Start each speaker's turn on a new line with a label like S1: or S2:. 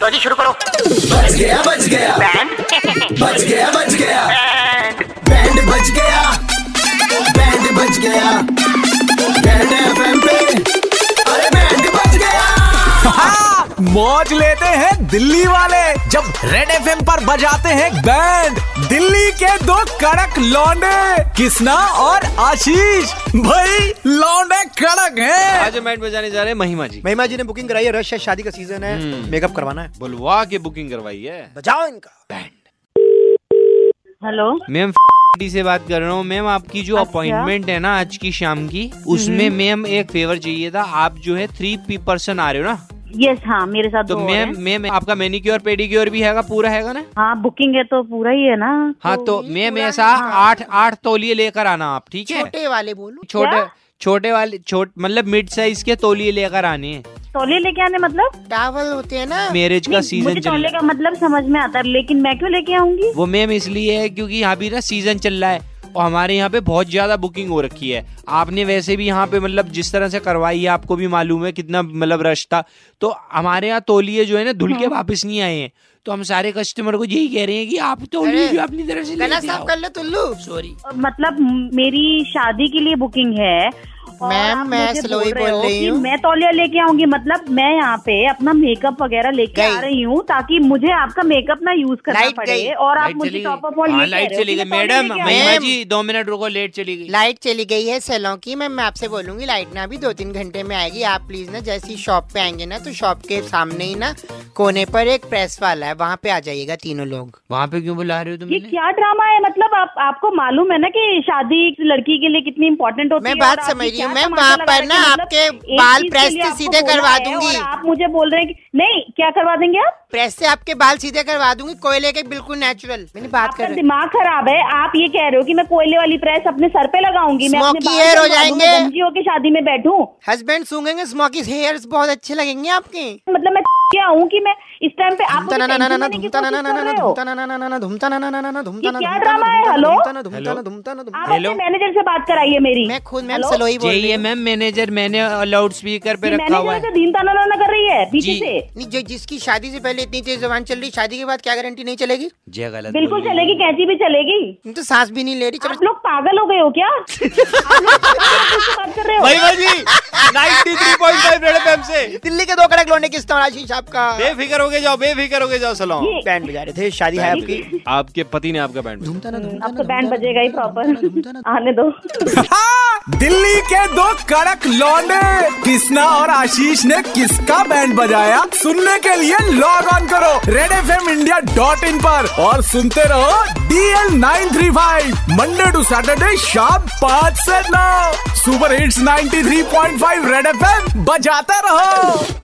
S1: तो जी शुरू करो
S2: बच गया बच गया
S1: बैंड
S2: बच गया बच गया बैंड बच गया बैंड बच गया बैंड एफएम पे अरे बैंड बच गया
S3: हाँ। मौज लेते हैं दिल्ली वाले जब रेड एफ पर बजाते हैं बैंड दिल्ली के दो कड़क लौंडे किसना और आशीष भाई लौंडे कड़क हैं
S4: आज बैंड बजाने जा रहे हैं महिमा जी
S5: महिमा जी ने बुकिंग कराई है रश है शादी का सीजन है मेकअप करवाना है
S4: बुलवा के बुकिंग करवाई है
S5: बजाओ इनका
S6: हेलो
S4: मैम डी से बात कर रहा हूँ मैम आपकी जो
S6: अच्छा। हम्म।
S4: अपॉइंटमेंट है ना आज की शाम की उसमें मैम एक फेवर चाहिए था आप जो है थ्री पर्सन आ रहे हो ना
S6: यस हाँ मेरे साथ
S4: तो
S6: दो और
S4: मैम
S6: हैं।
S4: मैम आपका मेनिक्योर पेडिक्योर भी हैगा पूरा हैगा ना
S6: हाँ बुकिंग है तो पूरा ही है ना
S4: हाँ तो मैम ऐसा
S6: हाँ।
S4: आठ आठ तौलिए लेकर आना आप ठीक है छोटे वाले बोलो छोटे
S6: क्या?
S4: छोटे वाले छोट मतलब मिड साइज के तौलिए लेकर आने हैं
S6: तौलिए लेके आने मतलब
S4: मैरिज का सीजन
S6: मुझे
S4: चल
S6: तौले
S4: रहा
S6: का
S4: है
S6: मतलब समझ में आता है लेकिन मैं क्यों लेके आऊंगी
S4: वो मैम इसलिए है क्योंकि यहाँ भी ना सीजन चल रहा है और हमारे यहाँ पे बहुत ज्यादा बुकिंग हो रखी है आपने वैसे भी यहाँ पे मतलब जिस तरह से करवाई है आपको भी मालूम है कितना मतलब रश था तो हमारे यहाँ तौलिए जो है ना धुल के
S6: हाँ।
S4: वापस नहीं आए हैं तो हम सारे कस्टमर को यही कह रहे हैं कि आप तौलिए जो अपनी तरफ से लेके आओ।
S6: और मतलब मेरी शादी के लिए बुकिंग है और
S7: मैम,
S6: आप
S7: मैं
S6: मुझे
S7: स्लोई
S6: रहे
S7: बोल
S6: हो
S7: रही
S6: कि
S7: हूँ।
S6: मैं तौलिया लेके आऊंगी मतलब मैं यहाँ पे अपना मेकअप वगैरह लेके आ
S7: गई।
S6: रही हूँ ताकि मुझे आपका मेकअप ना यूज करना
S7: लाइट
S6: पड़े
S7: गई।
S6: और आप
S4: लाइट
S6: मुझे
S4: चली
S6: टॉप अप
S4: गई।
S6: और
S4: हाँ,
S6: ये
S4: लाइट
S6: कह रहे हो
S4: चली
S6: कि
S4: गई
S6: मैं तौलिया
S4: मैडम
S6: लेके आई।
S4: महिमा
S7: मैम।
S4: जी दो मिनट रुको लेट चली गई
S7: लाइट चली गई है सेलों की मैम मैं आपसे बोलूंगी लाइट ना अभी दो तीन घंटे में आएगी आप प्लीज ना जैसे ही शॉप पे आएंगे ना तो शॉप के सामने ही ना कोने पर एक प्रेस वाला है वहाँ पे आ जाइएगा तीनों लोग
S4: वहाँ पे क्यों बुला रहे हो
S6: ये
S4: तुमने
S6: क्या ड्रामा है मतलब आप आपको मालूम है ना कि शादी एक लड़की के लिए कितनी इम्पोर्टेंट होती
S7: मैं
S6: है
S7: बात
S6: और आपने
S7: समझ रही
S6: क्या
S7: हूँ, मैम,
S6: तमाशा
S7: वहाँ
S6: लगा
S7: पर
S6: के
S7: ना
S6: मतलब
S7: आपके
S6: एक
S7: बाल
S6: चीज के लिए
S7: प्रेस
S6: आपको बोला
S7: के सीधे करवा
S6: है
S7: दूंगी।
S6: और आप मुझे बोल रहे हैं कि नहीं क्या करवा देंगे आप
S7: प्रेस से आपके बाल सीधे करवा दूंगी कोयले के बिल्कुल नेचुरल मैंने बात
S6: आपका
S7: कर
S6: दिमाग खराब है आप ये कह रहे हो कि मैं कोयले वाली प्रेस अपने सर पे लगाऊंगी मैं अपने
S7: Smoky
S6: बाल
S7: hair हो
S6: बनवा दूं, मैं
S7: जाएंगे।
S6: गंजी होके शादी में बैठूं
S7: हस्बैंड सूंघेंगे स्मोकी हेयर्स बहुत अच्छे लगेंगे आपके
S6: मतलब मैं क्या हूँ कि मैं इस टाइम पे आप
S7: धूमता
S6: मुझे
S7: ना ना ना ना ना
S6: tension देने की
S7: धूमता ना ना
S6: कोशिश कर
S7: ना ना
S6: रहे हो।
S7: धूमता ना ना ना ना ना धूमता ना ना ना ना ना धूमता ना
S6: ये क्या
S7: धूमता
S6: ड्रामा है?
S7: ना
S6: हेलो?
S7: धूमता ना धूमता ना धूमता ना
S6: आप
S7: धूमता
S6: अपने
S4: Hello?
S6: मैनेजर से बात कराइए मेरी
S7: मैं खुद मैम
S6: हेलो?
S7: सलोई बोल रही
S4: चाहिए
S7: हूँ
S4: मैम मैनेजर मैंने लाउड स्पीकर पे
S6: ये
S4: रखा हुआ
S6: मैनेजर
S4: है
S6: से धीमता ना ना ना कर रही है पीछे
S4: जी।
S6: से
S7: नहीं जो जिसकी शादी से पहले इतनी तेज जबान चल रही शादी के बाद क्या गारंटी नहीं चलेगी
S4: जय गलत
S6: बिल्कुल चलेगी कैंची भी चलेगी
S7: तुम तो सांस भी नहीं ले रही चलो
S6: आप लोग पागल हो गए हो क्या आप लोग किससे बात कर रहे हो
S4: महिमा जी 93.5 रेड एफएम से
S7: दिल्ली के दो कड़क लौंडे किस तरह आशीष आपका
S4: बेफिक्र होके जाओ बेफिक्र होके जाओ सलाम
S6: ये
S5: बैंड बजा रहे थे शादी है आपकी
S4: आपके पति ने आपका बैंड
S7: धूमता ना धूमता
S6: अब तो बैंड बजेगा ही प्रॉपर आने दो
S3: हाँ, दिल्ली के दो कड़क लौंडे किसना और आशीष ने किसका बैंड बजाया सुनने के लिए लॉग ऑन करो red F M India dot in पर और सुनते रहो DL nine three five Monday to Saturday शाम पाँच से नौ super hits 93.5 red F M बजाते रहो